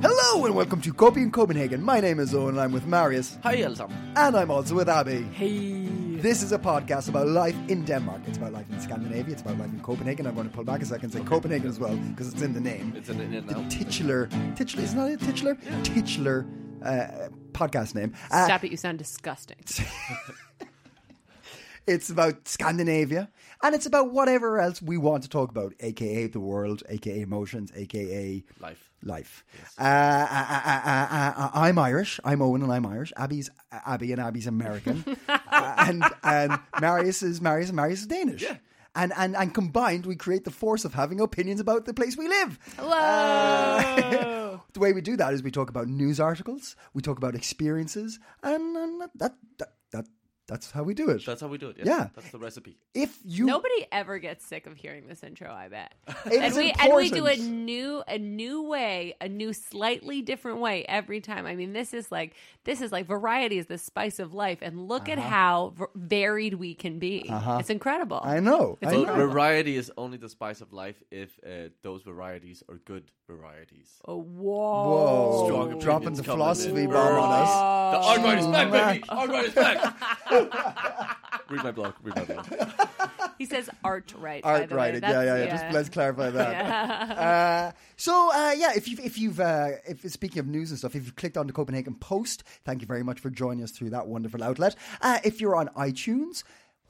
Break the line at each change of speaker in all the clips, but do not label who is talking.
Hello and welcome to Copy in Copenhagen. My name is Owen and I'm with Marius.
Hej allesammen.
And I'm also with Abby.
Hej.
This is a podcast about life in Denmark. It's about life in Scandinavia. It's about life in Copenhagen. I'm going to pull back a second and say Copenhagen as well because it's in the name.
It's an in and
the
out.
titular, titular, isn't that it? Titular? Titular uh, podcast name. Uh,
Stop it, you sound disgusting.
It's about Scandinavia, and it's about whatever else we want to talk about, aka the world, aka emotions, aka
Life.
Life. Uh, I, am Irish. I'm Owen, and I'm Irish. Abby's uh, Abby, and Abby's American, Uh, and and Marius is Marius, and Marius is Danish.
Yeah.
And, and and combined, we create the force of having opinions about the place we live. Uh,
Hello.
The way we do that is we talk about news articles, we talk about experiences, and, and that, that that that's how we do it.
That's how we do it. Yeah.
Yeah.
That's the recipe.
if you
Nobody ever gets sick of hearing this intro, I bet.
It
and
is
we and we do a
important.
new a new way, a new slightly different way every time. I mean, this is like this is like variety is the spice of life and look
Uh-huh.
at how v- varied we can be. It's incredible.
I know. I
Well,
know.
variety is only the spice of life if uh, those varieties are good varieties.
Oh, whoa.
Whoa.
Strong
Dropping
opinions
the
come
philosophy
in.
bomb on us. Oh,
The Arkwright is back, baby. Arkwright is back. read my blog. Read my blog.
He says art right. by
Art
the way.
right. Yeah,
That's-
yeah, yeah. Just let's clarify that. Uh, so uh, yeah, if you've if you've uh, if speaking of news and stuff, if you've clicked on the Copenhagen Post, thank you very much for joining us through that wonderful outlet. Uh, if you're on iTunes.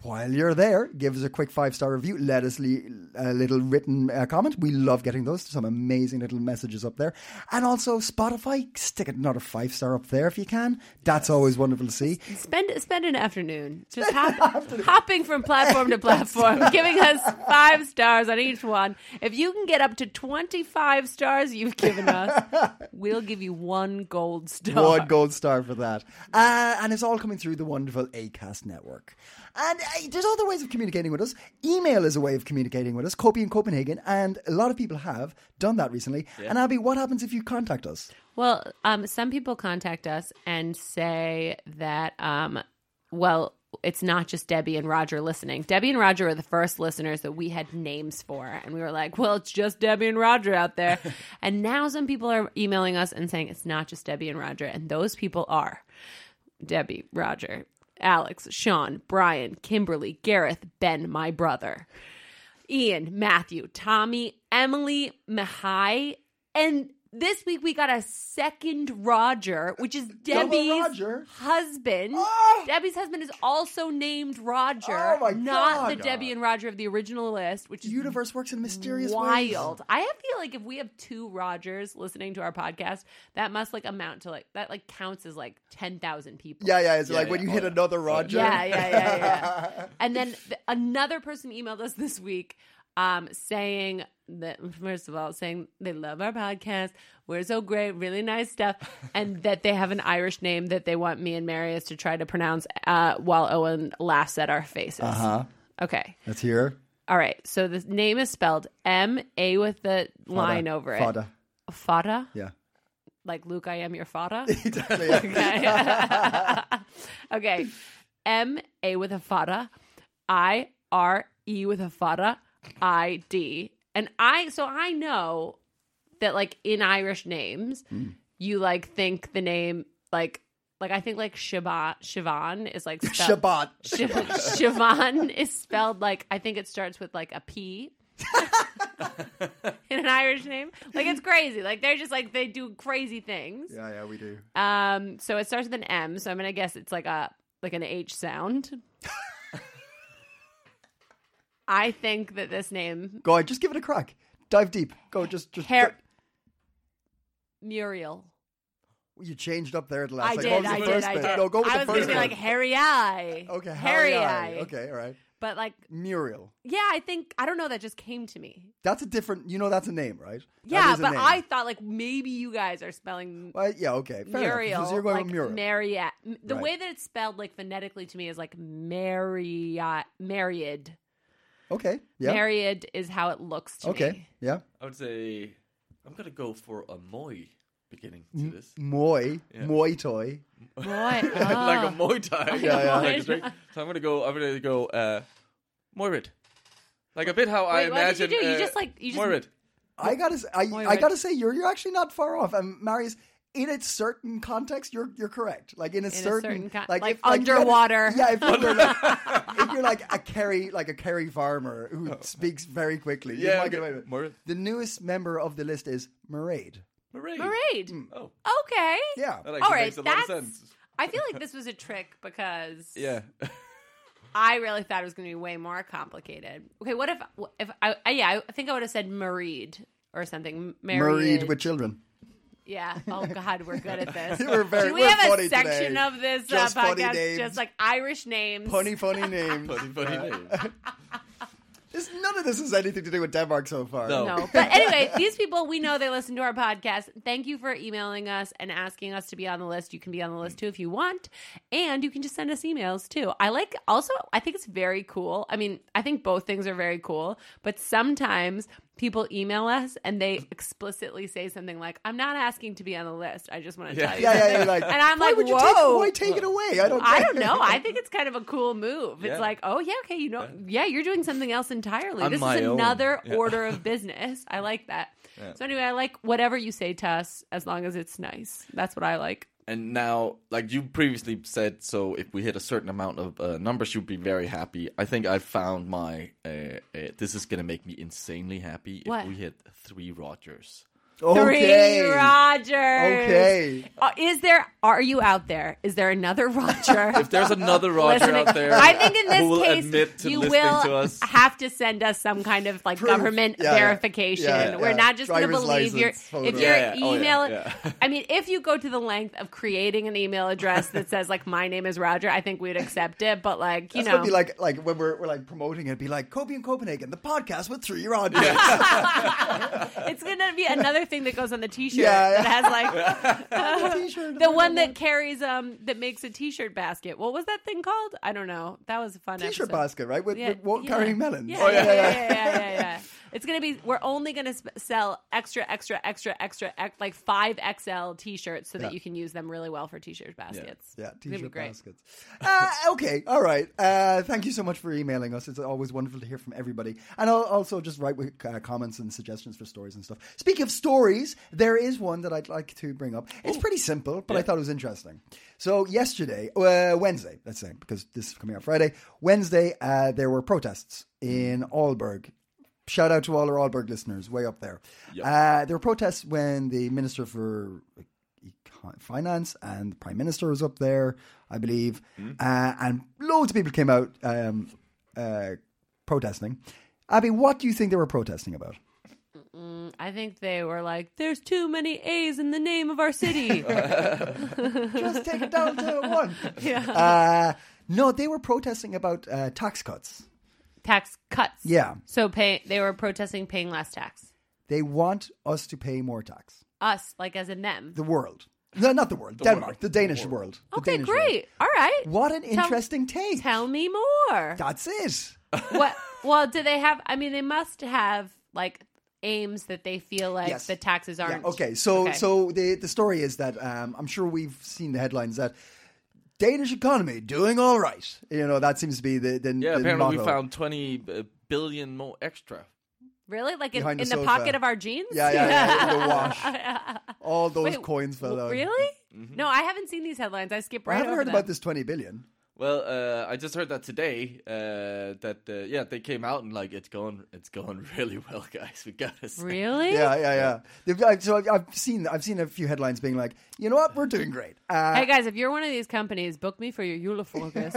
While you're there, give us a quick five star review. Let us leave a little written uh, comment. We love getting those. Some amazing little messages up there. And also, Spotify, stick another five star up there if you can. That's always wonderful to see.
Spend spend an afternoon just hop, hopping from platform to platform, giving us five stars on each one. If you can get up to twenty five stars, you've given us, we'll give you one gold star.
One gold star for that. Uh, and it's all coming through the wonderful ACAST network. And uh, there's other ways of communicating with us. Email is a way of communicating with us, Copy in Copenhagen, and a lot of people have done that recently. And Abby, what happens if you contact us?
Well, um, some people contact us and say that, um, well, it's not just Debbie and Roger listening. Debbie and Roger are the first listeners that we had names for. And we were like, well, it's just Debbie and Roger out there. and now some people are emailing us and saying it's not just Debbie and Roger. And those people are Debbie, Roger, Alex, Sean, Brian, Kimberly, Gareth, Ben, my brother. Ian, Matthew, Tommy, Emily, Mihai, and this week we got a second Roger, which is Debbie's
Roger? Ah!
husband. Debbie's husband is also named Roger,
Oh my
not
God.
the Debbie and Roger of the original list, which
The
is
universe works in mysterious ways.
wild. I feel like if we have two Rogers listening to our podcast, that must like amount to like that like counts as like ten thousand people.
Yeah, yeah. It's
Yeah,
like
yeah.
when you
Oh,
hit
yeah.
another Roger.
Yeah, yeah, yeah, yeah. and then th- another person emailed us this week um, saying that, first of all, saying they love our podcast. We're so great, really nice stuff. And that they have an Irish name that they want me and Marius to try to pronounce uh, while Owen laughs at our faces. Uh-huh. Okay.
Let's hear.
All right. So the name is spelled M A with the line over it.
Fada.
Fada?
Yeah.
Like Luke, I am your fada?
Exactly. yeah.
okay. okay. M A with a fada, I R E with a fada, I D. And I so I know that like in Irish names, you like think the name like like I think like Siobhan Siobhan is like spelled,
Shabbat.
Siobhan. Siobhan is spelled like I think it starts with like a P. in an Irish name, like it's crazy. Like they're just like they do crazy things.
Yeah, yeah, we do.
Um, so it starts with an M. So I'm gonna guess it's like a like an H sound. I think that this name
Go on, just give it a crack. Dive deep. Go, just, just.
Her- Muriel.
You changed up there at the last.
I
second. What
did,
was
I
the
did,
first
I
bit?
did.
No, go with
I
the
was gonna
first
be
one.
like Harry Eye.
Okay,
Harry
Harry
Eye.
Eye. Okay, all right.
But like,
Muriel.
yeah, I think I don't know. That just came to me.
That's a different. You know, that's a name, right? That
Yeah,
is a
but
name.
I thought like maybe you guys are spelling
Well, yeah, okay. Fair enough.
Muriel.
So you're going
like
with Muriel.
Mariette. M- The
Right.
way that it's spelled like phonetically to me is like Marriott. Married.
okay. Yeah.
Married is how it looks to
okay.
me.
Yeah.
I would say I'm gonna go for a moi beginning
Mm.
to this,
Moi. Moi toy.
Boy,
Ah.
like a Muay Thai.
Yeah, yeah.
Like a straight- so I'm gonna go. I'm gonna go uh, Moirid, like a bit how I
Wait, what did you
imagine.
do? You
uh,
just, like, you just-
Moirid.
I gotta. s- I,
Moi
I
red.
gotta say, you're you're actually not far off. And Marius, in a certain context, you're you're correct. Like in a, certain,
certain con-
like,
like
if- you had-
underwater.
yeah. If you were like, if you're like a Kerry, like a Kerry farmer who speaks very quickly. you
Oh. Yeah,
might
okay.
get away with it.
Moi red.
The newest member of the list is Maraid.
Moirid.
Married.
Oh,
Okay.
Mm. Yeah.
that actually
All right.
makes a
that's.
lot of sense.
I feel like this was a trick because
Yeah.
I really thought it was going to be way more complicated. Okay, what if if I, I yeah I think I would have said married or something. Married,
Maraid with children.
yeah. Oh God, we're good at this.
We're very-
Should we
we're
have
funny
a section
today.
of this
Just
uh,
funny
podcast
names.
just like Irish names?
Funny, funny names.
Funny, funny name.
This, none of this has anything to do with Denmark so far.
No.
No, but anyway, these people we know they listen to our podcast. Thank you for emailing us and asking us to be on the list. You can be on the list too if you want, and you can just send us emails too. I like also. I think it's very cool. I mean, I think both things are very cool, but sometimes people email us and they explicitly say something like, "I'm not asking to be on the list. I just want to tell you."
Yeah, yeah,
something."
you're like,
And I'm
why
like,
would you
whoa.
Take, why take it away? I don't.
I don't know. I think it's kind of a cool move.
Yeah.
It's like, oh yeah, okay, you know, yeah, you're doing something else entirely.
I'm
this
my
is
own.
another
Yeah.
order of business. I like that. So anyway, I like whatever you say to us as long as it's nice. That's what I like.
And now, like you previously said, so if we hit a certain amount of uh, numbers, you'd be very happy. I think I found my. Uh, uh, this is gonna make me insanely happy if
What?
we hit three Rogers.
okay.
Three Rogers.
Okay.
Uh, is there? Are you out there? Is there another Roger?
If there's another Roger
listening?
out there,
I think in
who will
this
admit
case,
to
you
listening
will
to us.
have to send us some kind of like government
Yeah, yeah.
verification.
Yeah, yeah, yeah.
We're not just going to
Driver's
believe your
license,
if
photo.
your
Yeah, yeah. Oh, yeah,
email.
yeah.
I mean, if you go to the length of creating an email address that says like "My name is Roger," I think we'd accept it. But like you
That's
know,
gonna be like like when we're, we're like promoting it, be like Kobe in Copenhagen, the podcast with three year olds.
it's going to be another thing that goes on the T-shirt
Yeah, yeah.
that has like.
T-shirt.
The one that carries um that makes a T-shirt basket. What was that thing called? I don't know. That was a fun
T-shirt
episode.
basket, right? With, with wa- carrying melons.
Oh, Yeah, yeah, yeah, yeah, yeah, yeah, yeah. It's gonna be. We're only gonna sp- sell extra, extra, extra, extra, ex- like five XL T-shirts so that
Yeah.
you can use them really well for T-shirt baskets.
Yeah,
It's gonna be
t-shirt
great.
baskets. Uh, okay, all right. Uh, thank you so much for emailing us. It's always wonderful to hear from everybody. And I'll also just write with uh, comments and suggestions for stories and stuff. Speaking of stories, there is one that I'd like to bring up. It's pretty simple, but I thought it was interesting. So yesterday, uh, Wednesday, let's say, because this is coming out Friday. Wednesday, uh, there were protests in
Mm.
Aalborg. Shout out to all our Aalborg listeners, way up there. Uh, there were protests when the minister for Econ- finance and the prime minister was up there, I believe, uh, and loads of people came out um, uh, protesting. Abby, what do you think they were protesting about?
Mm, I think they were like, "There's too many A's in the name of our city."
Just take it down to one. Uh, no, they were protesting about uh, tax cuts.
tax cuts.
Yeah.
So pay. They were protesting paying less tax.
They want us to pay more tax.
Us, like as in them.
The world. No, not the world. Denmark. The Danish world. The
okay,
Danish
great. All right.
world. What an
Tell-
interesting take.
Tell me more.
That's it.
what well do they have i mean they must have like aims that they feel like
Yes.
the taxes
Yeah,
aren't
okay, so so the the story is that um, I'm sure we've seen the headlines that Danish economy doing all right. You know that seems to be the the
Yeah,
the
apparently
motto.
we found 20 uh, billion more extra.
really like in, in
Behind
the,
the sofa.
pocket of our jeans
Yeah, yeah, yeah, in the wash. All those
Wait,
coins fell
w-
out.
really no i haven't seen these headlines i skip right
I haven't
over
heard
them.
about this 20 billion.
Well, uh, I just heard that today uh, that uh, yeah they came out and like it's going it's going really well, guys. We got us.
really
Yeah, yeah, yeah. They've- I- So I've- I've seen I've seen a few headlines being like, you know what, we're doing great. Uh,
Hey guys, if you're one of these companies, book me for your Eula Focus.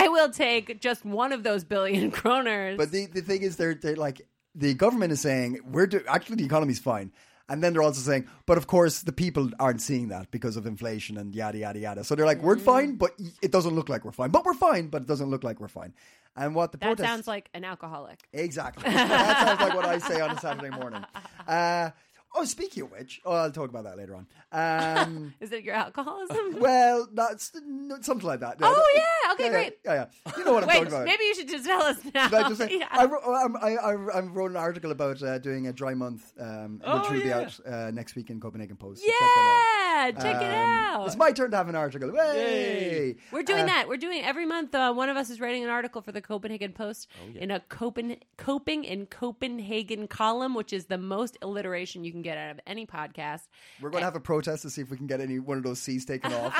I will take just one of those billion kroners.
But the, the thing is, they're, they're like, the government is saying, we're do- actually, the economy's fine. And then they're also saying, but of course, the people aren't seeing that because of inflation and yada, yada, yada. So they're like, we're
Mm.
fine, but y- it doesn't look like we're fine. But we're fine, but it doesn't look like we're fine. And what the
That
protest-
sounds like an alcoholic.
Exactly. that sounds like what I say on a Saturday morning. Uh, oh, speaking of which, oh, I'll talk about that later on. Um,
Is it your alcoholism?
well, that's no, something like that.
Oh, yeah. Okay,
yeah,
great.
Yeah, yeah, yeah. You know what I'm
Wait,
talking about.
maybe you should just tell us now.
Should I just say?
Oh, Yeah.
I, wrote, I'm- I, I, I wrote an article about uh, doing a dry month, um, which
Oh,
will be
yeah.
out uh, next week in Copenhagen Post. So check that out.
yeah, check it
Um,
out.
It's my turn to have an article. Yay! Uh,
We're doing that. We're doing every month. Uh, one of us is writing an article for the Copenhagen Post
Oh,
in a Copen- coping in Copenhagen column, which is the most alliteration you can get out of any podcast.
We're
Uh,
going to have a protest to see if we can get any one of those C's taken off.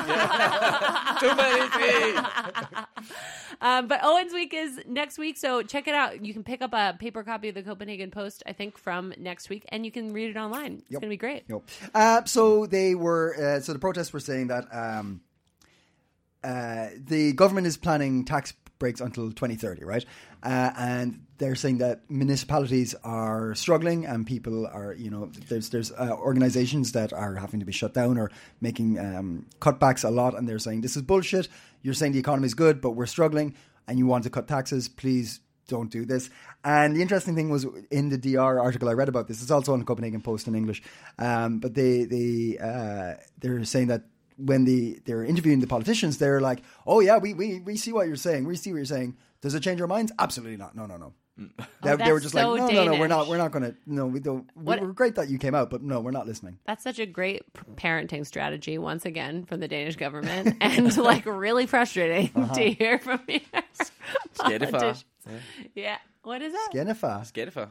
Too many things.
Um, but Owen's Week is next week, so check it out. You can pick up a paper copy of the Copenhagen Post, I think, from next week, and you can read it online. It's going to be great.
Yep. Uh, so they were. Uh, so the protests were saying that um, uh, the government is planning tax breaks until 2030, right? Uh, and they're saying that municipalities are struggling and people are, you know, there's there's uh, organizations that are having to be shut down or making um, cutbacks a lot, and they're saying this is bullshit. You're saying the economy is good, but we're struggling, and you want to cut taxes. Please don't do this. And the interesting thing was in the DR article I read about this. It's also on the Copenhagen Post in English. Um, but they they uh, they're saying that when the they're interviewing the politicians, they're like, "Oh yeah, we we we see what you're saying. We see what you're saying. Does it change our minds? Absolutely not. No, no, no." They, they were
Mm. Oh, that's
just
so
like, "No, no, no. We're not.
Danish.
We're not going to. No, we don't.
What-
We, we're great that you came out, but no, we're not listening."
That's such a great p- parenting strategy, once again, from the Danish government, and like really frustrating
Uh-huh.
to hear from here.
Skættefar.
Yeah. What is that?
Jennifer,
Skættefar.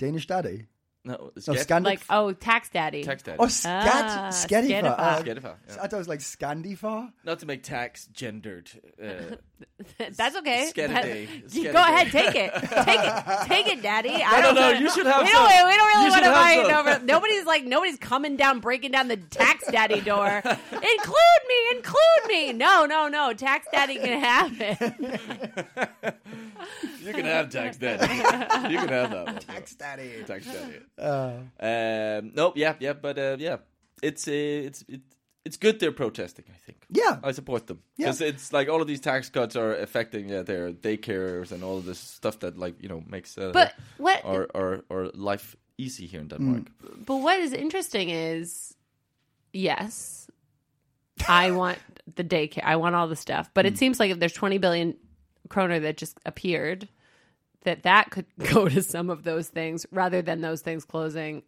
Danish daddy.
No,
No,
skat.
Scandic.
Like, oh, tax daddy.
Tax daddy.
oh, scat,
Ah,
Skedifa.
Skedifa.
Ah,
Skættefar,
I
yeah.
thought it was like Scandifa.
Not to make tax gendered. Uh,
That's okay.
Scatter
That-
day.
You
Scatter
Go
day.
ahead, take it, take it, take it, Daddy. I
no,
don't
no,
know.
you should have
We don't,
some.
we don't really
You
want
should
to
have
fight
some.
over. Nobody's like nobody's coming down, breaking down the tax daddy door. include me, include me. No, no, no. Tax daddy can have it.
you can have tax daddy. you can have that. One.
Tax daddy. Uh.
Tax daddy. um, nope. Yeah. Yeah. But uh, yeah, it's uh, it's it, it's good they're protesting. I think.
Yeah.
I support them because it's like all of these tax cuts are affecting yeah, their daycares and all of this stuff that like you know makes uh,
But what-
our, our our life easy here in Denmark.
Mm.
But what is interesting is, yes, I want the daycare. I want all the stuff. But
Hmm.
it seems like if there's 20 billion kroner that just appeared, that that could go to some of those things rather than those things closing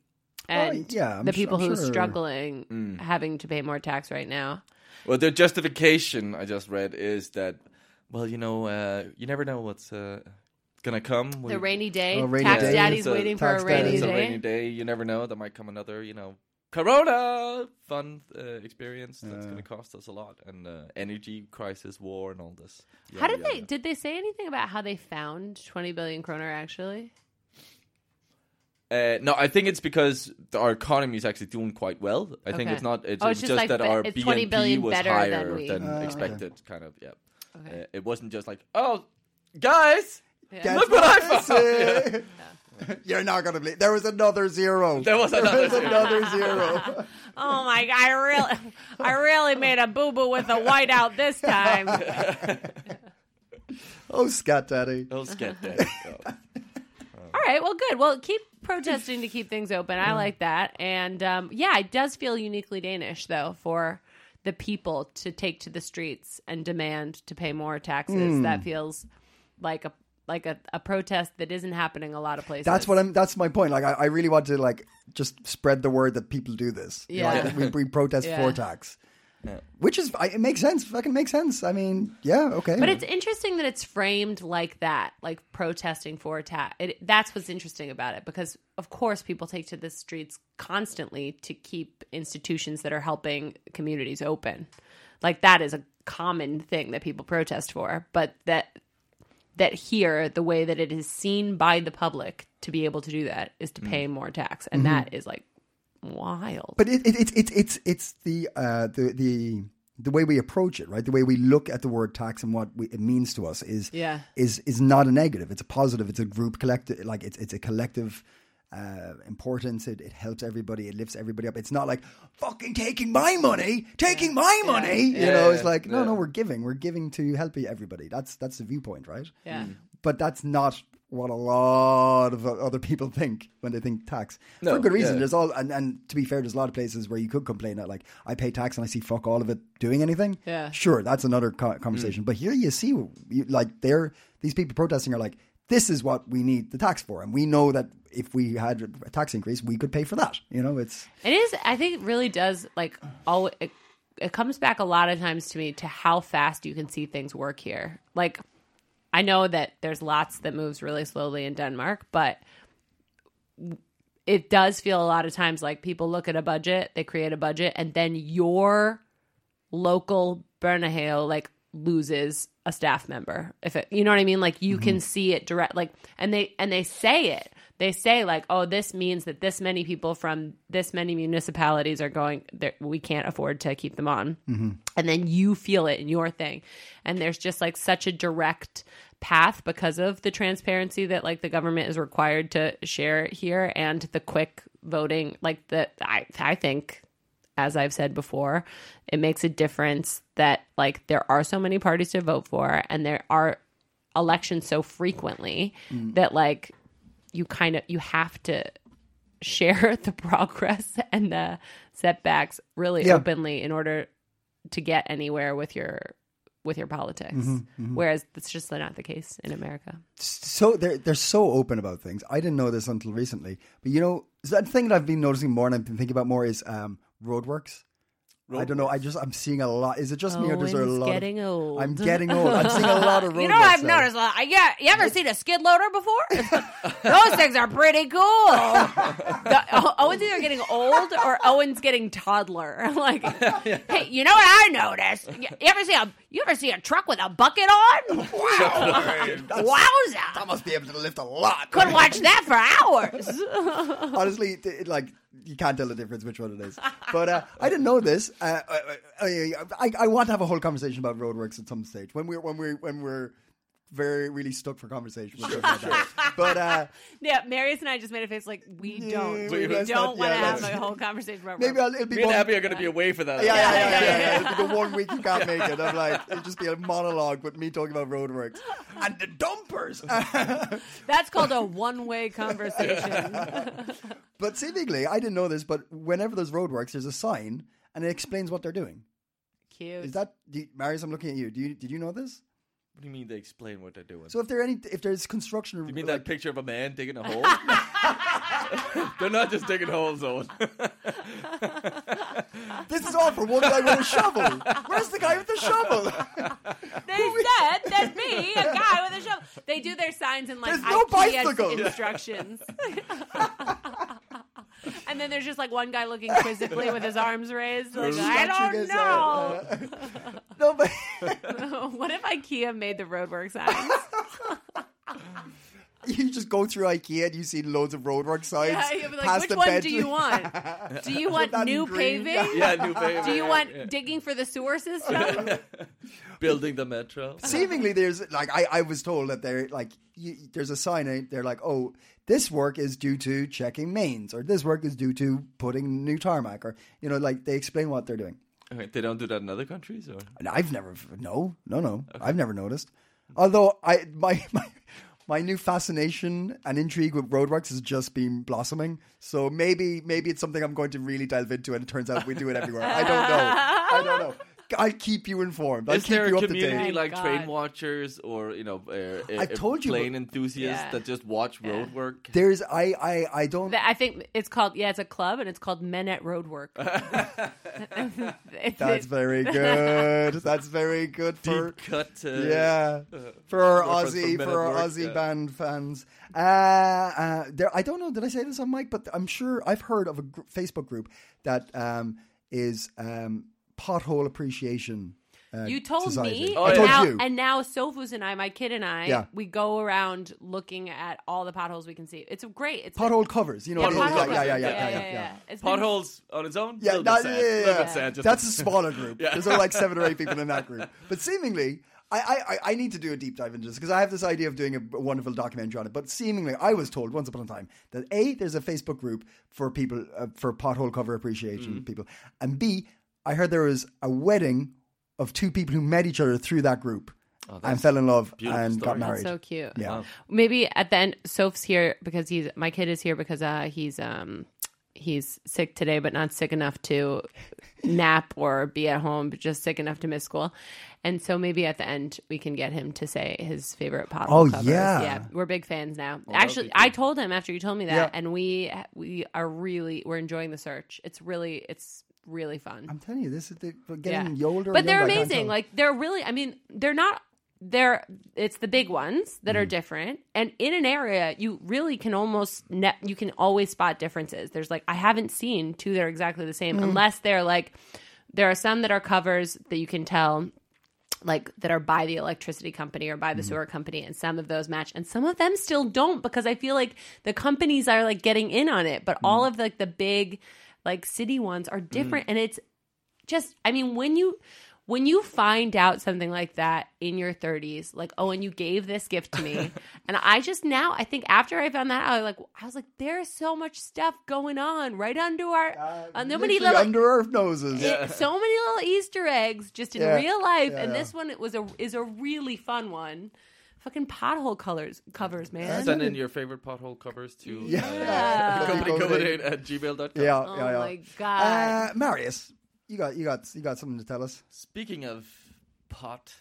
and
Oh, yeah, I'm
the
su-
people
I'm
who are
sure.
struggling having to pay more tax right now.
Well, their justification I just read is that well you know uh, you never know what's uh, gonna come.
The
We-
rainy day,
Oh, rainy
tax
day.
daddy's
It's a-
waiting for
tax
a rainy
daddy.
it's
day.
a rainy day. You never know. There might come another, you know, Corona fun uh, experience that's going to cost us a lot, and uh, energy crisis, war, and all this.
How
Yada,
did they?
yada.
Did they say anything about how they found 20 billion kroner actually?
Uh, no, I think it's because our economy is actually doing quite well. I think
Okay.
it's not. It's,
Oh,
it's just, that
be-
our
it's 20
BNP
billion
was
better
higher
than we-
than,
Oh, okay.
expected. Kind of, yeah.
Okay.
Uh, it wasn't just like, oh, guys,
That's
Look what I found.
said. You're not gonna believe. There was another zero.
there was another.
There was another zero.
Oh my god, I really I really made a boo-boo with a whiteout this time. All
Oh, Scott Daddy.
Let's get that. Oh.
right, well good. Well, keep protesting to keep things open. I like that. And um, yeah, it does feel uniquely Danish though for the people to take to the streets and demand to pay more taxes. That feels like a like a, a protest that isn't happening a lot of places.
That's what I'm. That's my point. Like, I, I really want to like just spread the word that people do this. You know,
Yeah.
that we, we protest
Yeah.
for tax, which is I, it makes sense. Fucking makes sense. I mean, yeah, okay.
But it's interesting that it's framed like that, like protesting for attack. It, that's what's interesting about it, because of course people take to the streets constantly to keep institutions that are helping communities open. Like that is a common thing that people protest for, but that that here the way that it is seen by the public to be able to do that is to pay more tax, and that is like wild.
but it, it, it, it, it's it's the uh, the the the way we approach it, right? The way we look at the word tax and what we, it means to us is
Yeah.
is is not a negative. It's a positive. It's a group collective. Like it's it's a collective uh, importance. It, it helps everybody. It lifts everybody up. It's not like fucking taking my money, taking my money. You know, it's like no, no, we're giving. We're giving to help everybody. That's that's the viewpoint, right?
Yeah.
But that's not what a lot of other people think when they think tax. For good reason.
yeah.
There's all and, and to be fair, there's a lot of places where you could complain that like I pay tax and I see fuck all of it doing anything.
Yeah.
Sure, that's another co- conversation. But here you see you, like they're these people protesting are like this is what we need the tax for and we know that if we had a tax increase we could pay for that. You know, it's
It is. I think it really does. Like, all it, it comes back a lot of times to me to how fast you can see things work here. Like, I know that there's lots that moves really slowly in Denmark, but it does feel a lot of times like people look at a budget, they create a budget, and then your local Bernahale like loses a staff member. If it, you know what I mean, like you can see it direct, like and they and they say it. They say like, oh, this means that this many people from this many municipalities are going. they're- We can't afford to keep them on, and then you feel it in your thing. And there's just like such a direct path because of the transparency that like the government is required to share here and the quick voting like the I I think as I've said before it makes a difference that like there are so many parties to vote for and there are elections so frequently that like you kind of you have to share the progress and the setbacks really
Yeah.
openly in order to get anywhere with your with your politics whereas that's just not the case in america
so they're they're so open about things. I didn't know this until recently, but you know, the thing that I've been noticing more and I've been thinking about more is um, roadworks. I don't know. I just I'm seeing a lot. Is it just me or is there a
Owen's
lot?
getting
of,
old.
I'm getting old. I'm seeing a lot of roadworks.
You know, I've
now.
noticed a lot. I- Yeah, you ever seen a skid loader before? Those things are pretty cool.
The- O- Owen's either getting old or Owen's getting toddler. Like,
Hey, you know what I noticed? You you ever see a you ever see a truck with a bucket on? Wow,
I
wowza!
must be able to lift a lot.
Could watch that for hours.
Honestly, it, it, like you can't tell the difference which one it is. But uh, I didn't know this. Uh, I, I, I, I want to have a whole conversation about roadworks at some stage when we're when we're when we're very really stuck for conversation. We'll talk about that. But uh,
yeah, Marius and I just made a face like we don't,
we-
we,
let's not-
don't want to
yeah,
have
let's-
a whole conversation about.
maybe I'll, it'll be
Me and
one-
Abby are going to be away for that.
Yeah, yeah, yeah, yeah, yeah, It'll be the one week you can't make it. I'm like, it'll just be a monologue with me talking about roadworks and the dumpers.
that's called a one-way conversation.
but seemingly, I didn't know this, but whenever there's roadworks, there's a sign and it explains what they're doing.
Cute.
Is that, do you, Marius? I'm looking at you. Do you did you know this?
What do you mean they explain what they're doing?
So if there any, if there's construction,
you mean
like,
that picture of a man digging a hole? they're not just digging holes, Owen.
this is all for one guy with a shovel. Where's the guy with the shovel?
they said that me, a guy with a shovel. They do their signs in like
There's no
IKEA
bicycle.
instructions. and then there's just like one guy looking quizzically with his arms raised. Like, I
Stretching
don't
his
know.
arm. no, but uh,
what if IKEA made the roadwork signs?
you just go through IKEA and you see loads of roadwork signs.
Yeah, you'll be like,
past
which
the
one
bed-
do you want? Do you want
that in
new
green?
paving?
yeah, new baby.
Do you want digging for the sewer system?
building the metro?
seemingly there's like I, I was told that there like you, there's a sign and they're like oh this work is due to checking mains or this work is due to putting new tarmac or you know like they explain what they're doing
Okay, they don't do that in other countries, or
and I've never no no no I've never noticed although I my my my new fascination and intrigue with roadworks has just been blossoming so maybe maybe it's something I'm going to really delve into and it turns out we do it everywhere I don't know I don't know I'll keep you informed I'll
is
keep
there
you
a
up to date
community
Thank
like
Oh God.
train watchers or you know, uh, uh,
I told you,
plane
but-
enthusiasts
Yeah.
that just watch road work?
there's I I I don't
I think it's called yeah, it's a club and it's called Men at Roadwork.
That's very good. That's very good for
Deep cut. Uh,
yeah for our
reference from
Aussie
Men
for
at
our
Work,
Aussie
yeah.
band fans. Uh, uh, there, I don't know. Did I say this on mic? But I'm sure I've heard of a gr- Facebook group that um, is um, pothole appreciation. Uh,
You told
society.
me,
I
and,
told
now,
you.
and now Sofus and I, my kid and I,
Yeah.
we go around looking at all the potholes we can see. It's great. It's
pothole covers. You know.
Yeah,
what it is.
pothole
covers,
yeah, yeah, yeah,
yeah,
yeah, yeah, yeah.
It's been-
Potholes on its own.
Yeah,
little
that-
bit sad.
yeah, yeah,
little
yeah.
bit sad. Just
That's a smaller group. There's only like seven or eight people in that group. But seemingly, I, I, I- I need to do a deep dive into this because I have this idea of doing a b- wonderful documentary on it. But seemingly, I was told once upon a time that a there's a Facebook group for people uh, for pothole cover appreciation
Mm.
people, and b I heard there was a wedding of two people who met each other through that group and fell in love
Oh, beautiful
and got
story.
married.
So cute.
Yeah.
Maybe at the end, Soph's here because he's my kid is here because uh, he's um he's sick today, but not sick enough to nap or be at home, but just sick enough to miss school. And so maybe at the end we can get him to say his favorite pothole
Oh,
covers.
yeah.
we're big fans now. Actually, I told him after you told me that,
Yeah.
and we we are really we're enjoying the search. It's really it's really fun.
I'm telling you, this is the, we're getting older.
But
and
they're
younger, I can't
amazing.
tell.
Like they're really. I mean, they're not. They're it's the big ones that
Mm.
are different, and in an area you really can almost ne- you can always spot differences. There's like I haven't seen two that are exactly the
Mm.
same unless they're like there are some that are covers that you can tell like that are by the electricity company or by the sewer company and some of those match and some of them still don't because i feel like the companies are like getting in on it but all of like the big like city ones are different and it's just i mean when you when you find out something like that in your 30s like oh and you gave this gift to me and i just now i think after i found that out I like i was like there's so much stuff going on right under our uh,
Literally
nobody little
under our noses.
it- so many little Easter eggs just in
Yeah.
real life,
Yeah,
and
yeah.
this one it was a is a really fun one. Fucking pothole colors covers, man.
Send in your favorite pothole covers to
Yeah.
Yeah.
company covered at gmail.com.
Yeah,
oh
yeah, yeah.
my god!
Uh, Marius, you got you got you got something to tell us.
Speaking of pot,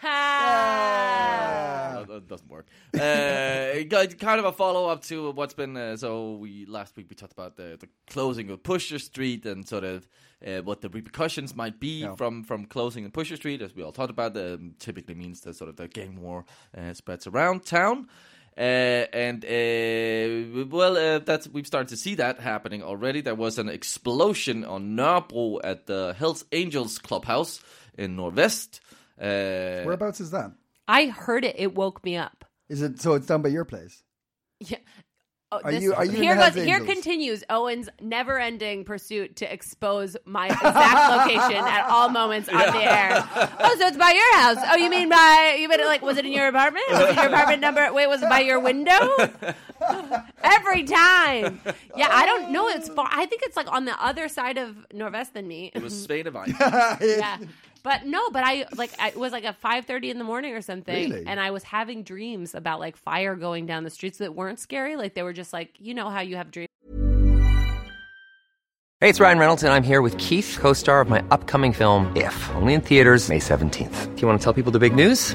Ha!
no, that doesn't work. Uh, it got- kind of a follow up to what's been. Uh, so we last week we talked about the, the closing of Pusher Street and sort of uh, what the repercussions might be from from closing of Pusher Street, as we all talked about. Um, typically means that sort of the gang war uh, spreads around town. Uh, and uh, well, uh, that's we've started to see that happening already. There was an explosion on Nørrebro at the Hells Angels clubhouse in Norvest. Uh,
Whereabouts is that?
I heard it; it woke me up.
Is it so? It's down by your place.
Yeah. Oh,
Are you- are you in
here
the Hells
goes. Here
Angels?
continues Owen's never-ending pursuit to expose my exact location at all moments on the air. Oh, so it's by your house? Oh, you mean by you mean like was it in your apartment? Was it your apartment number? Wait, was it by your window? Every time. Yeah, I don't know. It's far. I think it's like on the other side of Norvest than me.
It was Svenevine.
yeah. But no, but I like I, it was like at five thirty in the morning or something,
Really?
and I was having dreams about like fire going down the streets that weren't scary. Like they were just like you know how you have dreams.
Hey, it's Ryan Reynolds, and I'm here with Keith, co star of my upcoming film, If, only in theaters, May 17th. Do you want to tell people the big news?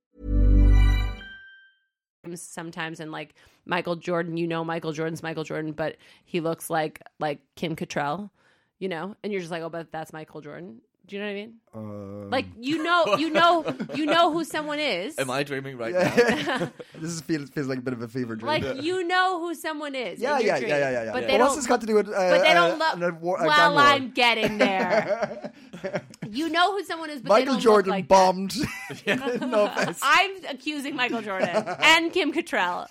sometimes and like Michael Jordan, you know Michael Jordan's Michael Jordan, but he looks like like Kim Cattrall, you know, and you're just like, oh, but that's Michael Jordan. Do you know what I mean?
Um.
like you know, you know, you know who someone is.
Am I dreaming right now?
this is, feels feels like a bit of a fever dream.
Like you know who someone is. in
yeah,
your
yeah, yeah,
dream.
yeah, yeah, yeah.
But
Well,
they
what's
don't.
this got to do with? Uh,
but they don't
uh,
look.
an award- a gang
well,
war?
I'm getting there. you know who someone is, but they
Michael
don't
Jordan
look like that.
bombed. no offense.
I'm accusing Michael Jordan and Kim Cattrall.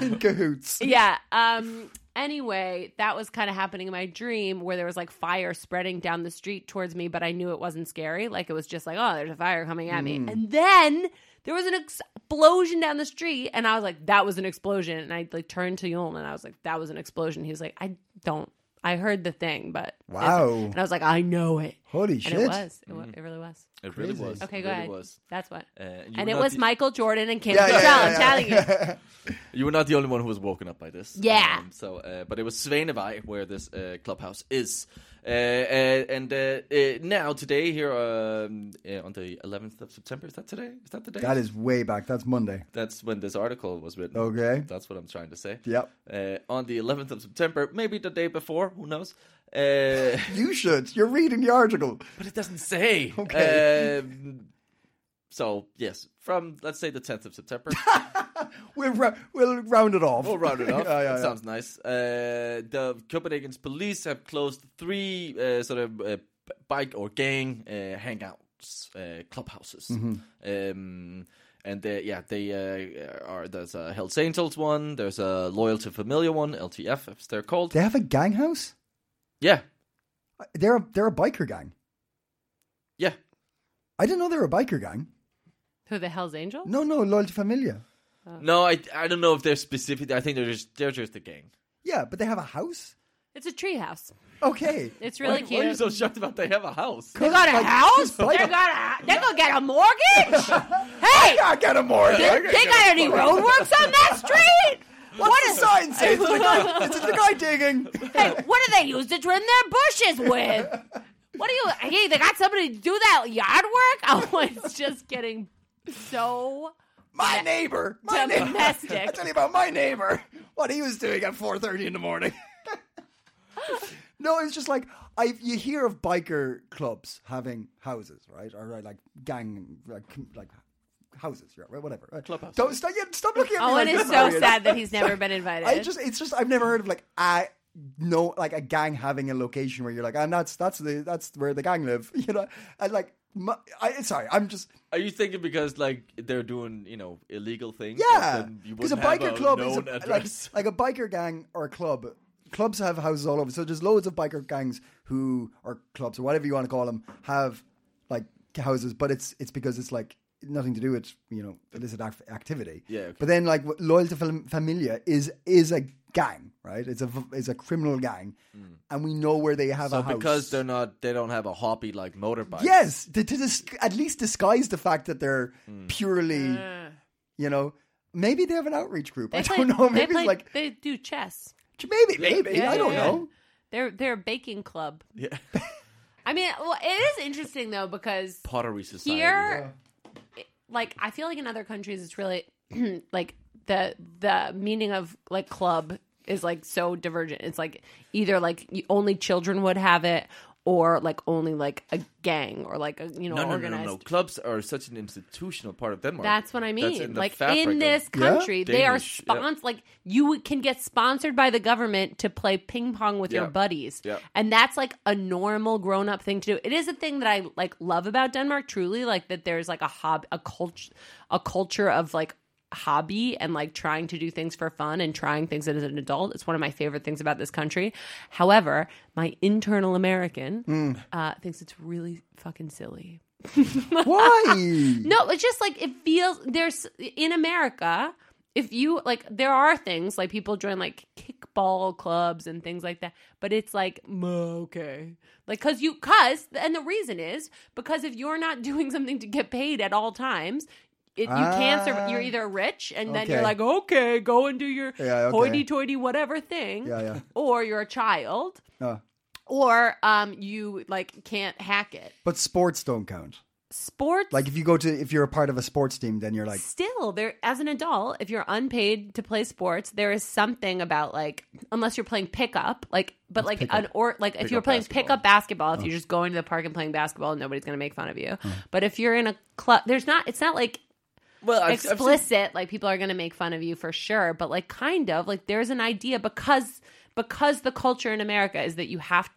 In cahoots.
Yeah. Um. Anyway, that was kind of happening in my dream where there was like fire spreading down the street towards me, but I knew it wasn't scary. Like it was just like, oh, there's a fire coming at
Mm.
me, and then there was an explosion down the street, and I was like, that was an explosion, and I like turned to Yul and I was like, that was an explosion. He was like, I don't. I heard the thing, but
Wow.
and I was like, I know it.
Holy
And it
shit!
was. It, wa- it really was.
It really was.
Okay,
Mm. it
go ahead.
really Was.
That's what.
Uh, you
and
were
it
not
was
the-
Michael Jordan and Kim
Yeah,
Cattrall.
yeah, yeah, yeah.
I'm telling you.
You were not the only one who was woken up by this.
Yeah.
Um, so, uh, but it was Svenevej where this uh, clubhouse is. Uh, uh, and uh, uh, now today here um, uh, on the 11th of September is that today? Is that the day?
That is way back. That's Monday.
That's when this article was written.
Okay.
That's what I'm trying to say.
Yep.
Uh, on the 11th of September, maybe the day before, who knows? Uh,
You should. You're reading the article.
But it doesn't say.
Okay.
Um, so yes, from let's say the 10th of September,
we'll, ra- we'll round it off.
We'll round it off.
Yeah, yeah,
that
yeah.
sounds nice. Uh, the Copenhagen's police have closed three uh, sort of uh, b- bike or gang uh, hangouts, uh, clubhouses.
Mm-hmm.
Um, and they, yeah, they uh, are. There's a Hell's Angels one. There's a Loyalty Familiar one. LTF, as they're called.
They have a gang house?
yeah,
They're a, they're a biker gang.
yeah.
I didn't know they were a biker gang.
Who the hell's angel?
No, no, Loyalty Familia.
No, I I don't know if they're specific. I think they're just they're just a gang.
Yeah, but they have a house?
It's a treehouse.
Okay.
It's really
Why-
cute.
Why are you so shocked about they have a house?
They got a
Like,
house?
just like-
They got a. They gonna get a mortgage? hey,
I got a mortgage.
they, they got any roadworks on that street?
What is sign say? It's the guy, it's the guy digging.
Hey, what do they use to trim their bushes with? What do you? Hey, they got somebody to do that yard work?
oh, it's just getting so
My neighbor. My neighbor. I
domestic.
tell you about my neighbor. What he was doing at four thirty in the morning. no, it's just like I. You hear of biker clubs having houses, right? Or right, like gang, like com- like houses, yeah, right? Whatever. Right? Clubhouse. Don't stop. Yeah, stop looking at me.
Oh,
like
and it's
this,
so
Marion.
sad that he's never been invited.
I just, it's just, I've never heard of like I no like a gang having a location where you're like, and that's that's the that's where the gang live, you know? And like, my, I sorry, I'm just
Are you thinking because like they're doing you know illegal things?
Yeah,
then you
because a
wouldn't have
biker club is
known
a, like,
address?
like a biker gang or a club. Clubs have houses all over, so there's loads of biker gangs who or clubs or whatever you want to call them have like houses, but it's it's because it's like nothing to do with you know illicit ac- activity.
Yeah, okay.
but then like what- loyalty Fam- familia is is a gang, right? It's a v- it's a criminal gang, and we know where they have
Hmm. So
a house
because they're not, they don't have a hobby like motorbike.
Yes, to, to dis- at least disguise the fact that they're purely, you know, maybe they have an outreach group. I
They
don't
play-
know.
They
Maybe
play-
it's like
they do chess.
maybe, maybe
Yeah,
I don't
yeah,
know.
They're they're a baking club.
yeah.
I mean, well, it is interesting though because
pottery society.
here, it- like I feel like in other countries, it's really like the the meaning of like club is like so divergent. It's like either like you, only children would have it, or like only like a gang or like a you know
no, no, no,
organized.
no, no. Clubs are such an institutional part of Denmark.
That's what I
That's
mean.
in the
like
fabric
in
of-
this
Yeah.
country, they are
Danish, yeah.
sponsored. Like you can get sponsored by the government to play ping pong with your
Yeah.
buddies,
Yeah.
and that's like a normal grown up thing to do. It is a thing that I like love about Denmark. Truly, like that there's like a hob a culture a culture of like hobby and like trying to do things for fun and trying things as an adult it's one of my favorite things about this country however my internal american uh, thinks it's really fucking silly
Why?
no, it's just like it feels there's in America. If you like, there are things like people join like kickball clubs and things like that, but it's like "Mm, okay, like because you cause and the reason is because if you're not doing something to get paid at all times. It, you can't.
Ah.
Sur- you're either rich, and then
Okay.
you're like, okay, go and do your
Yeah, okay.
hoity-toity whatever thing,
Yeah, yeah.
or you're a child,
Uh,
or um, you like can't hack it.
but sports don't count.
Sports,
Like if you go to if you're a part of a sports team, then you're like
still there as an adult if you're unpaid to play sports there is something about like unless you're playing pickup like but like an or like if you're playing pickup basketball Oh. Mm. if you're just going to the park and playing basketball nobody's going to make fun of you but if you're in a club there's not it's not like
well, I've- I've seen-
explicit like people are going to make fun of you for sure but like kind of like there's an idea because because the culture in america is that you have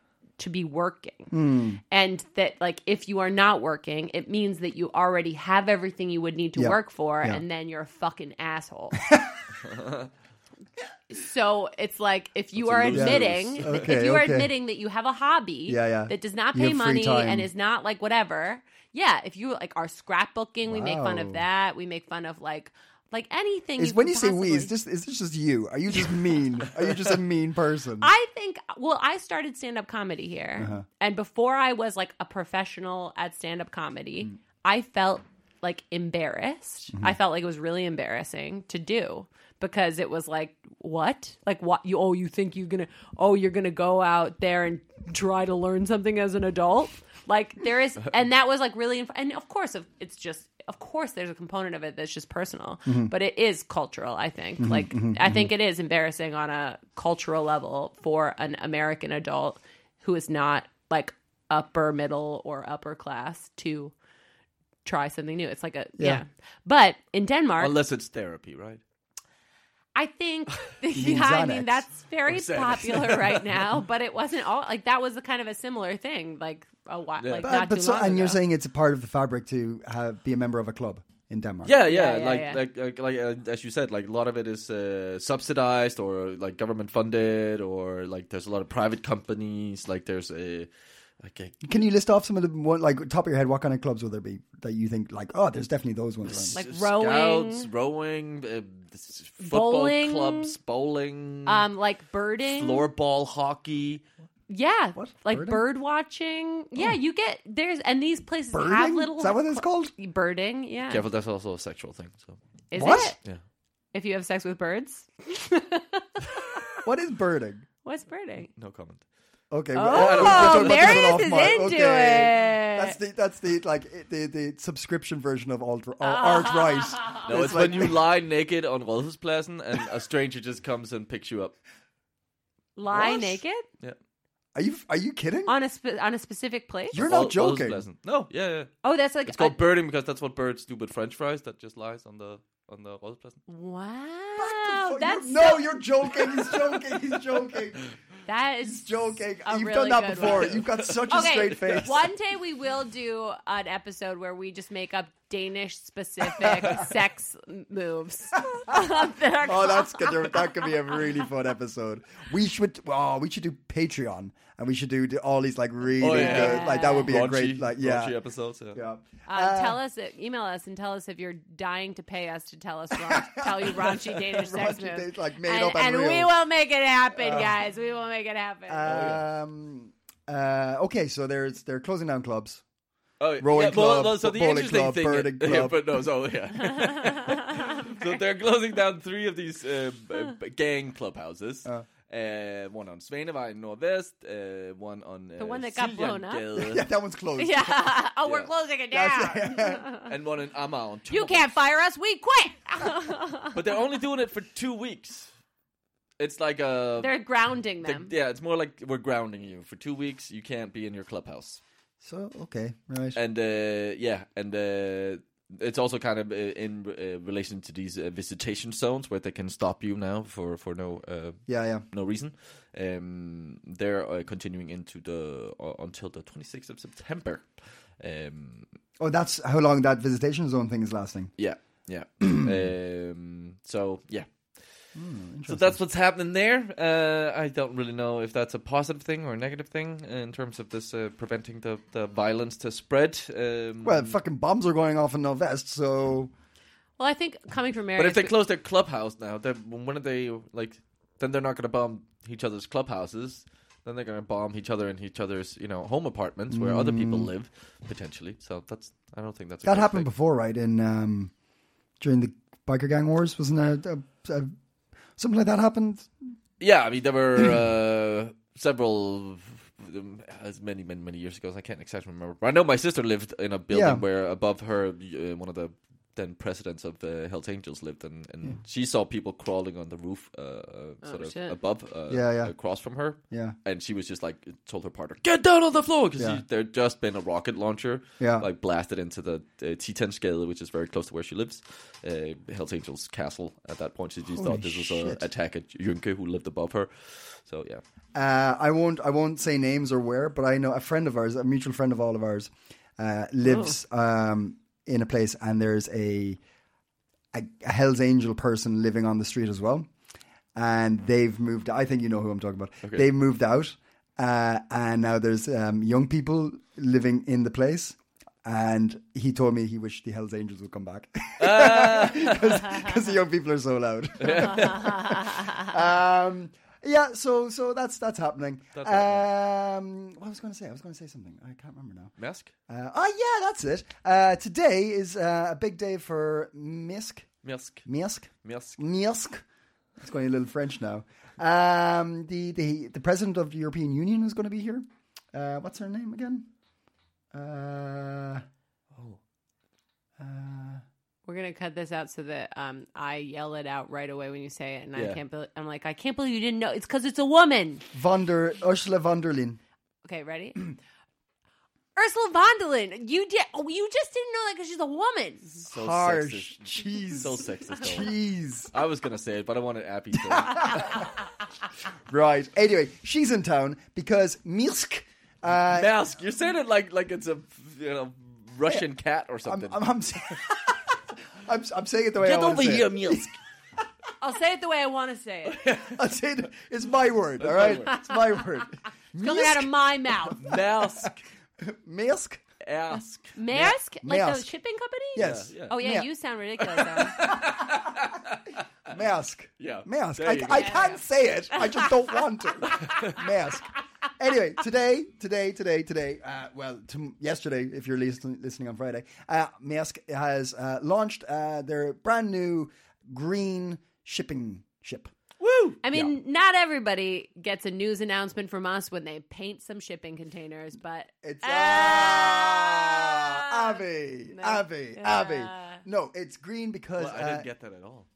to be working
Hmm.
and that like if you are not working it means that you already have everything you would need to
Yeah.
work for
Yeah.
and then you're a fucking asshole so it's like if you
That's
are
a loser.
admitting
Okay,
if you are
okay.
admitting that you have a hobby
Yeah, yeah.
that does not
You
pay
have free
money
time.
and is not like whatever yeah if you like are scrapbooking we make fun of
Wow.
that that. We make fun of like like anything.
is
you
when
could
you say we is
possibly-
this is this just you? Are you just mean? Are you just a mean person?
I think well, I started stand up comedy here,
Uh-huh.
and before I was like a professional at stand up comedy,
Mm.
I felt like embarrassed.
Mm-hmm.
I felt like it was really embarrassing to do because it was like what like what you oh you think you're gonna oh you're gonna go out there and try to learn something as an adult like there is and that was like really inf- and of course of- it's just of course there's a component of it that's just personal
Mm-hmm.
but it is cultural i think like i think it is embarrassing on a cultural level for an american adult who is not like upper middle or upper class to try something new it's like a yeah, but in denmark
unless it's therapy, right?
I think,
mean
yeah, I mean
Xanax.
that's very
Xanax.
popular right now, but it wasn't all like that was a kind of a similar thing, like a while, like
But,
not
but
too
so,
long
and you're
ago.
saying it's a part of the fabric to have, be a member of a club in Denmark.
Yeah, yeah,
Yeah, yeah,
like,
yeah.
like like like uh, as you said, like a lot of it is uh, subsidized or like government funded, or like there's a lot of private companies. Like there's a like a
Can you list off some of the one, like top of your head? What kind of clubs will there be that you think like, oh, there's definitely those ones. Around.
Like
s-
rowing.
scouts, rowing, uh, this is football
Bowling.
clubs, bowling,
um, like birding,
floorball hockey.
yeah,
What?
like
Birding? Oh.
bird watching, yeah. You get there's and these places have
Birding?
little
Is that what it's called?
birding, yeah.
Careful, that's also a sexual thing. So
Is
What?
it?
Yeah.
If you have sex with birds,
What is birding?
what's birding?
no comment.
Okay.
Oh, Marius is into it.
That's the that's the like it- the the subscription version of alt uh,
Ah.
art right.
No, Oh, it's,
It's
when
like-
you lie naked on Rådhuspladsen and a stranger just comes and picks you up.
Lie
What?
naked
Yeah,
Are you are you kidding?
on a spe- on a specific place.
You're not
Rå-
joking.
Rådhuspladsen. No, yeah, yeah.
oh, that's like
It's
a-
called birding because that's what birds do with French fries that just lies on the on the Rådhuspladsen.
wow.
You're-
That's
no,
so-
you're joking. He's joking. He's joking.
that is
joking.
a
You've
really
done that
good
before.
one.
You've got such a
okay,
straight face.
One day we will do an episode where we just make up Danish specific sex moves. Um,
Oh, that's good. That could be a really fun episode. We should, oh, we should do Patreon, and we should do the- all these like really
Oh, yeah.
good, like that would be a
Raunchy-
great, like
raunchy
yeah,
episodes. Yeah.
yeah.
Um, tell us, email us, and tell us if you're dying to pay us to tell us, raun- tell you raunchy Danish sex
Raunchy
moves,
Danish, like, made up and
we
real. Uh,
will make it happen, guys. We will make it happen.
Um, uh, okay, so there's they're closing down clubs.
Oh, yeah.
Rowing
yeah,
club,
well, no, so the
bowling
interesting
club,
thing,
birding
Yeah,
club.
but no, so yeah. so they're closing down three of these uh, b- b- gang clubhouses. Uh. one on Svenevej in Norvest, uh, one on uh,
The one that got blown up?
Siljangade,
Yeah, that one's closed.
yeah. Oh, we're
Yeah.
closing it down.
and one in Amager.
You can't fire us. We quit. Ah,
But they're only doing it for two weeks. It's like a
They're grounding
They-
them.
yeah, it's more like we're grounding you for two weeks. You can't be in your clubhouse,
So okay, right.
and uh, yeah, and uh, it's also kind of uh, in uh, relation to these uh, visitation zones where they can stop you now for for no uh,
yeah, yeah.
no reason. Um, they're uh, continuing into the uh, until the twenty sixth of September. Um,
Oh, that's how long that visitation zone thing is lasting.
yeah, yeah. um, so yeah.
Hmm,
So that's what's happening there. Uh, I don't really know if that's a positive thing or a negative thing in terms of this uh, preventing the, the violence to spread. Um,
Well, fucking bombs are going off in Novest, so
Well, I think coming from Mary,
but if they close their clubhouse now, then when are they like? Then they're not going to bomb each other's clubhouses. Then they're going to bomb each other in each other's you know home apartments where other people live potentially. So that's I don't
Hmm.
think that's a
that
good
happened
thing.
before, right? In um, during the biker gang wars, wasn't there a, a, something like that happened?
Yeah, I mean there were uh, several um, as many many many years ago. as I can't exactly remember. But I know my sister lived in a building
Yeah.
where above her uh, one of the then presidents of uh, Hells Angels lived, and, and she saw people crawling on the roof, uh, uh, sort of
shit.
above, uh,
Yeah, yeah.
across from her.
Yeah.
and she was just like told her partner, "Get down on the floor," because
Yeah.
there'd just been a rocket launcher,
Yeah.
like blasted into the uh, T10 scale, which is very close to where she lives, uh, Hells Angels Castle. At that point, she just
Holy
thought this was
shit.
a attack at Junke who lived above her. So yeah,
Uh, I won't. I won't say names or where, but I know a friend of ours, a mutual friend of all of ours, uh, lives um, in a place, and there's a, a a Hell's Angel person living on the street as well, and they've moved. I think you know who I'm talking about. They've moved out, uh, and now there's um, young people living in the place. And he told me he wished the Hell's Angels would come back because the young people are so loud. um, yeah, so so that's that's happening.
That's
um, what I was going to say, I was going to say something. I can't remember now.
Mask,
Uh, oh yeah, that's it. Uh, today is uh, a big day for Misk,
Mask,
Misk,
Mask.
Misk. It's going a little French now. Um, the the the president of the European Union is going to be here. Uh, what's her name again? Uh,
we're gonna cut this out so that um, I yell it out right away when you say it, and I
Yeah.
can't. Be- I'm like, I can't believe you didn't know. It's because it's a woman.
von der Ursula von der Leyen.
Okay, ready. Ursula von der Leyen. You did. Oh, you just didn't know that because she's a woman.
So
Harsh.
sexist.
Jeez.
So sexist. though.
Jeez.
I was gonna say it, but I wanted Abby. to say it.
Right. Anyway, she's in town because Milsk. Uh,
Mask. You said it like like it's a you know Russian cat or
I'm,
something.
I'm, I'm, saying, I'm, I'm saying it the way I
Get
want
over
to say
here,
it.
Milsk.
I'll say it the way I want to say it.
I'm saying it- it's my word. All right, it's my word.
Coming out of my mouth.
Mask.
Mask.
Ask.
Maersk? Like the
Maersk.
shipping company?
Yes.
Yeah.
Oh, yeah,
Yeah.
you sound ridiculous. Aaron.
Mask.
Yeah.
Mask.
There
I,
you
I
go.
can't say it. I just don't want to. Mask. Anyway, today, today, today, today. Uh, well, to, yesterday, if you're listen, listening on Friday, uh, Mask has uh, launched uh, their brand new green shipping ship.
Woo.
I mean, not everybody gets a news announcement from us when they paint some shipping containers, but
It's uh, ah,
Ah!
Abby,
No.
Abby,
Ah.
Abby. No, it's green because
Well, I
uh,
didn't get that at all.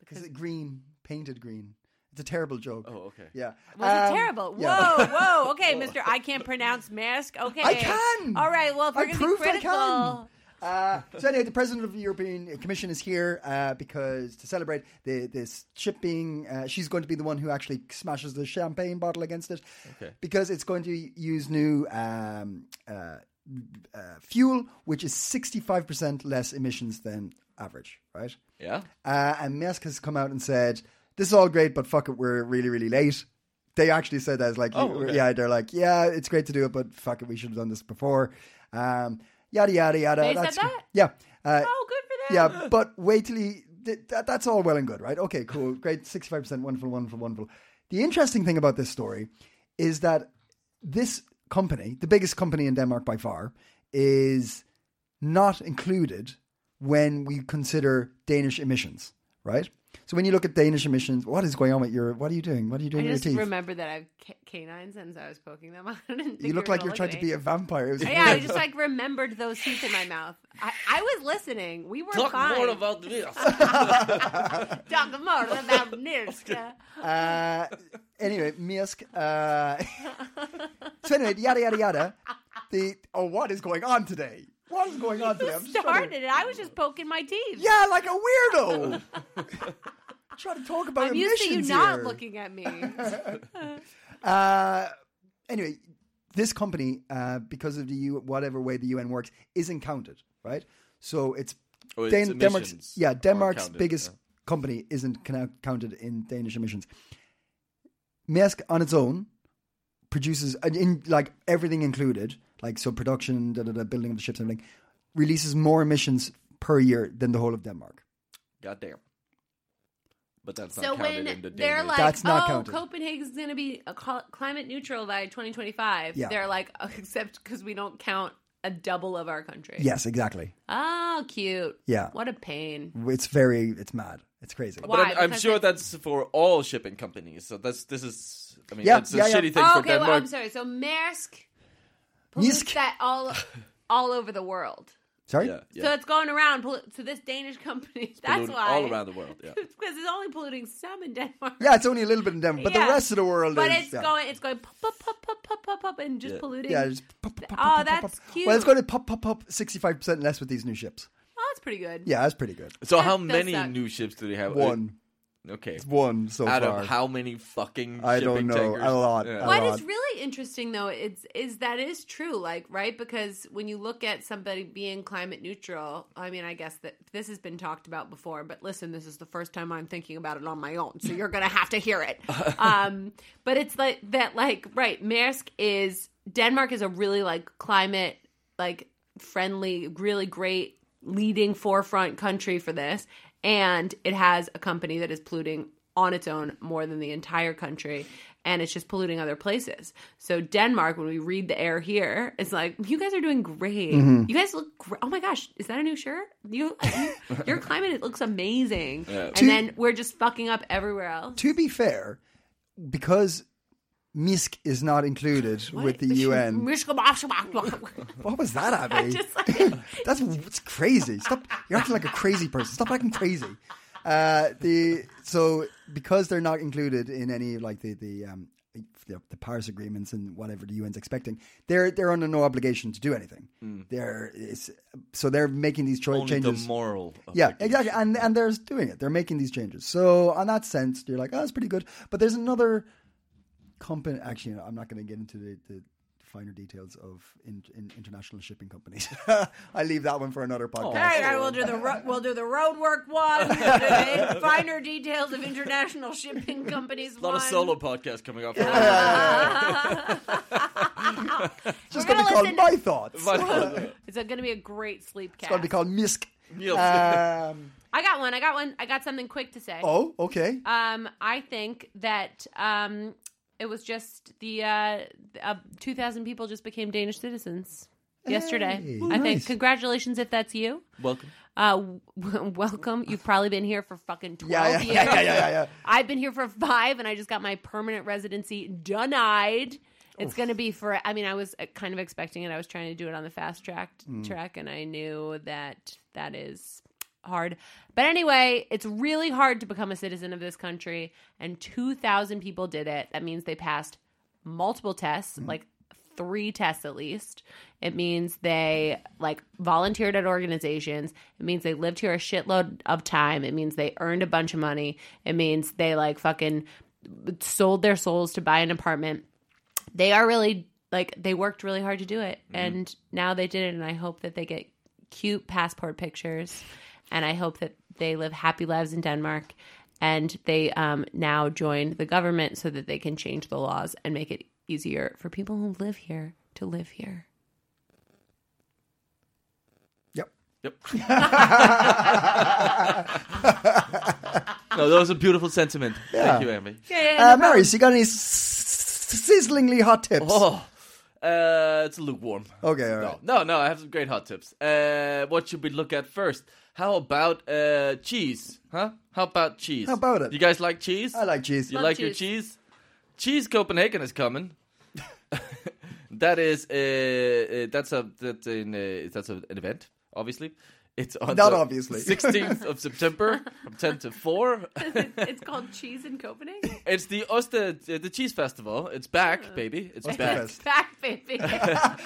because it's green, painted green. It's a terrible joke.
Oh, okay.
Yeah.
was
Um,
it terrible?
yeah.
Whoa, whoa. Okay, Mr. I can't pronounce mask. Okay.
I can.
All right, well, if
I
we're going to be
proved I
critical.
can. Uh, so anyway, the president of the European Commission is here uh, because to celebrate the, this shipping, uh, she's going to be the one who actually smashes the champagne bottle against it,
Okay.
because it's going to use new um, uh, uh, fuel, which is sixty five percent less emissions than average, right?
Yeah.
Uh, and Musk has come out and said, "This is all great, but fuck it, we're really, really late." They actually said that, like,
Oh, okay.
yeah, they're like, yeah, it's great to do it, but fuck it, we should have done this before. Um, yada yada yada.
They said
That's
that?
Yeah. Uh,
Oh, good for them.
yeah, but wait till he. Th- that, that's all well and good, right? Okay, cool, great, sixty-five percent, wonderful, wonderful, wonderful. The interesting thing about this story is that this company, the biggest company in Denmark by far, is not included when we consider Danish emissions, right? So when you look at Danish emissions, what is going on with your? What are you doing? What are you
I
doing with
just
your teeth?
remember that I have ca- canines and so I was poking them out. and didn't
you
think
look
were
like
gonna
you're trying
at
to
me.
be a vampire. It was
Yeah, I
weird.
just like remembered those teeth in my mouth. I, I was listening. We were
Talk
fine.
more about this.
Talk more about Nirska.
Uh, anyway, Misk. Uh, so anyway, yada yada yada. The oh, what is going on today? What is going on today? I'm just trying to-
Started it. I was just poking my teeth.
yeah, like a weirdo. trying to talk about
I'm used to you
emissions
not
here.
looking at me.
Uh, anyway, this company, uh, because of the U, whatever way the UN works, isn't counted, right? So it's,
Oh, it's
Denmark's
emissions
yeah
aren't
Denmark's
counted,
biggest
yeah.
company isn't conna- counted in Danish emissions. Maersk on its own produces and in like everything included, like so production, da, da, da, building of the ships, and everything, releases more emissions per year than the whole of Denmark.
Goddamn. But that's
so
not counted
when
in the
they're
Danish.
like,
That's not
"Oh,
counted.
Copenhagen's going to be a cl- climate neutral by 2025,"
Yeah.
they're like, oh, "Except because we don't count a double of our country."
Yes, exactly.
Oh, cute.
Yeah.
What a pain.
It's very, it's mad. It's crazy.
Why?
But I'm, I'm
Because
sure
it-
that's for all shipping companies. So that's this is. I mean,
Yeah,
it's a
yeah, yeah.
shitty thing
Oh,
for
okay.
Denmark.
Well, I'm sorry. So Maersk pollutes
Maersk.
that all all over the world.
Sorry.
yeah, yeah.
So it's going around. pollu- So this Danish company. that's
Polluted
why
all around the world. Yeah.
It's because it's only polluting some in Denmark.
Yeah, it's only a little bit in Denmark, but
Yeah.
the rest of the world
But
is.
it's
yeah.
going, it's going pop, pop, pop, pop, pop, pop, pop, and just
Yeah.
polluting.
Yeah, just pop, pop, pop,
Oh,
pop, pop,
that's
pop.
cute.
Well, it's going to pop, pop, pop, sixty-five percent less with these new ships.
oh, that's pretty good.
Yeah, that's pretty good.
So how
That does
many
suck.
new ships do they have?
One,
Uh, Okay.
one so
Out
far.
of how many fucking?
I don't
shipping
know.
Tankers?
A lot.
Yeah.
A
What
lot.
is really interesting though is is that is true, like right because when you look at somebody being climate neutral, I mean, I guess that this has been talked about before, but listen, this is the first time I'm thinking about it on my own, so you're gonna have to hear it. um, but it's like that, like right, Maersk is Denmark is a really like climate like friendly, really great leading forefront country for this, and it has a company that is polluting on its own more than the entire country and it's just polluting other places. So Denmark, when we read the air here, it's like you guys are doing great. You guys look great. Oh my gosh, is that a new shirt? You, your climate it looks amazing. And then we're just fucking up everywhere else.
To be fair, because Misk is not included with the UN. What was that, Abby?
just like-
that's it's crazy. Stop! You're acting like a crazy person. Stop acting crazy. Uh, the so because they're not included in any like the the um, the, the Paris agreements and whatever the UN's expecting, they're they're under no obligation to do anything. They're it's, so they're making these cho-
Mm. Only
changes.
the moral. of
yeah,
the game.
exactly, and and they're doing it. They're making these changes. So on that sense, you're like, oh, that's pretty good. But there's another company. Actually, I'm not going to get into the, the finer details of in, in international shipping companies. I leave that one for another podcast.
All right, we'll do the ro- we'll do the road work one. We'll do the finer details of international shipping companies.
A lot of
one.
solo podcasts coming up.
It's just
We're
going to be
gonna
called
listen-
my thoughts.
It's going to be a great sleep
It's
cast.
going to be called Misk.
Yes.
Um,
I got one. I got one. I got something quick to say.
oh, okay.
Um, I think that um, it was just the uh, uh, two thousand people just became Danish citizens yesterday.
Hey.
I think
Nice.
congratulations if that's you.
Welcome.
Uh, w- welcome. You've probably been here for fucking
Yeah,
twelve
yeah,
years.
yeah, yeah, yeah, yeah.
I've been here for five, and I just got my permanent residency denied. It's going to be for. I mean, I was uh, kind of expecting it. I was trying to do it on the fast track track, and I knew that that is hard. But anyway, it's really hard to become a citizen of this country, and two thousand people did it. That means they passed multiple tests, like three tests at least. It means they like volunteered at organizations. It means they lived here a shitload of time. It means they earned a bunch of money. It means they like fucking sold their souls to buy an apartment. They are really like they worked really hard to do it and now they did it and I hope that they get cute passport pictures and I hope that they live happy lives in Denmark and they um, now joined the government so that they can change the laws and make it easier for people who live here to live here.
Yep.
Yep. no, that was a beautiful sentiment. Thank you, Amy.
Uh, Marius, you got any s- sizzlingly hot tips?
Oh, uh, it's lukewarm.
Okay, all right.
No, no, I have some great hot tips. Uh, what should we look at first? How about uh, cheese? Huh? How about cheese?
How about it?
You guys like cheese?
I like cheese.
You
Love
like your cheese? Cheese Copenhagen is coming. that is uh, uh, that's a that's an uh, that's a, an event, obviously. It's on
Not
the
obviously.
16th of September from 10 to 4.
it's called cheese in Copenhagen.
It's the Oster uh, the cheese festival. It's back, baby. It's back.
Osterfest.
Back, baby.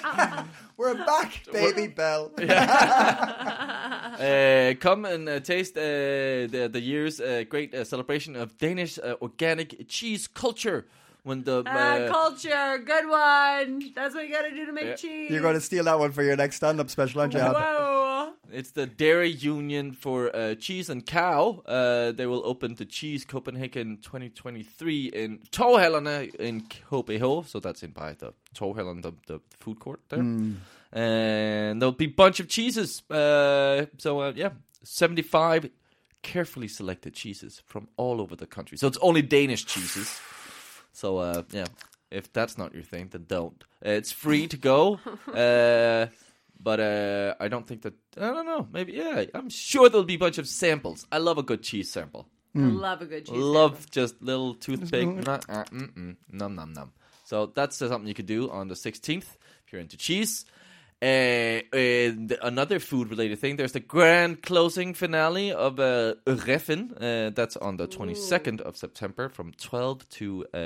We're back, baby Bell.
Uh, come and uh, taste uh, the, the year's uh, great uh, celebration of Danish uh, organic cheese culture. When the
Uh,
uh,
culture, good one. That's what you got to do to make
Yeah.
cheese.
You're going to steal that one for your next stand-up special, aren't you? Ab?
Whoa.
it's the dairy union for uh, cheese and cow, uh, they will open the Cheese Copenhagen 2023 in Torhallerne in KBH. So that's in by the Torhallen, the, the food court there. And there'll be a bunch of cheeses. Uh, so uh, yeah, 75 carefully selected cheeses from all over the country. So it's only Danish cheeses. So uh, yeah, if that's not your thing, then don't. Uh, it's free to go, uh, but uh, I don't think that. I don't know. Maybe yeah. I'm sure there'll be a bunch of samples. I love a good cheese sample.
Love a good cheese.
love just little toothpick. nah, uh, mm, mm, num num num. So that's uh, something you could do on the 16th if you're into cheese. Uh, and another food related thing, there's the grand closing finale of uh, Reffen. Uh, that's on the 22nd of September from 12 to uh,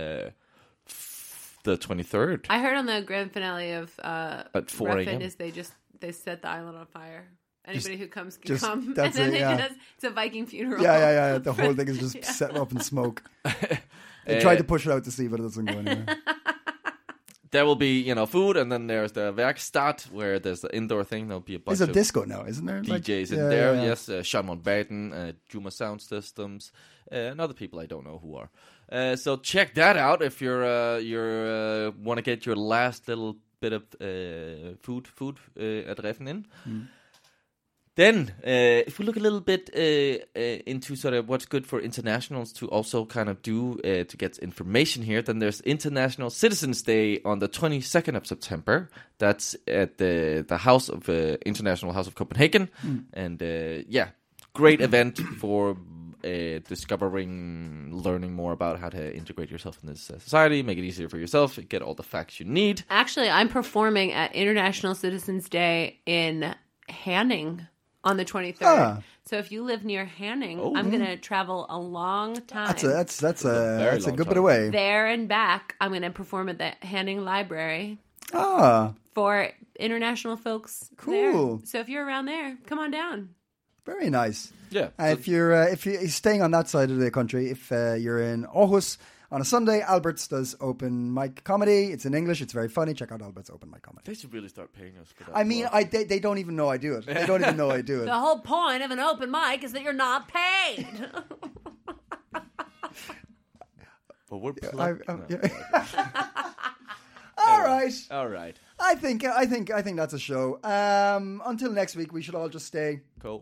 the 23rd.
I heard on the grand finale of uh,
At 4
Ruffin
a.m..
is they just they set the island on fire. Anybody who comes can
just-
come, and
that's
then
it,
they
yeah.
just it's a Viking funeral.
Yeah, yeah, yeah. The whole thing is just set up in smoke. They tried to push it out to sea, but it doesn't go anywhere.
There will be, you know, food, and then there's the Werkstatt, where there's the indoor thing. There'll be a bunch
It's a
of
disco now, isn't there? Like-
DJs in
yeah,
there.
yeah, yeah.
Yes, uh, Sean Mountbatten, uh, Juma Sound Systems, uh, and other people I don't know who are. Uh, so check that out if you're uh, you're uh, want to get your last little bit of uh, food food uh, at Reffen in. Then, uh, if we look a little bit uh, uh, into sort of what's good for internationals to also kind of do uh, to get information here, then there's International Citizens Day on the 22nd of September. That's at the the House of uh, International House of Copenhagen,
Hmm.
and uh, yeah, great event for uh, discovering, learning more about how to integrate yourself in this uh, society, make it easier for yourself, get all the facts you need.
Actually, I'm performing at International Citizens Day in Hanning on the 23rd.
Ah.
So if you live near Hanning, I'm going to travel a long time.
Oh, hmm. That's a that's that's a
very
that's a
long
good bit
time.
away.
there and back. I'm going to perform at the Hanning Library
ah,
for international folks.
Cool.
There. So if you're around there, come on down.
very nice.
Yeah.
Uh, if you're uh, if you're staying on that side of the country, if uh, you're in Aarhus on a Sunday, Albert's does open mic comedy. It's in English. It's very funny. Check out Albert's open mic comedy.
They should really start paying us for that.
I mean, I they, they don't even know I do it. They don't even know I do it.
The whole point of an open mic is that you're not paid.
but we're
I,
plugged.
I,
No.
yeah. All right.
All right.
I think I think I think that's a show. Um, until next week, we should all just stay.
Cool.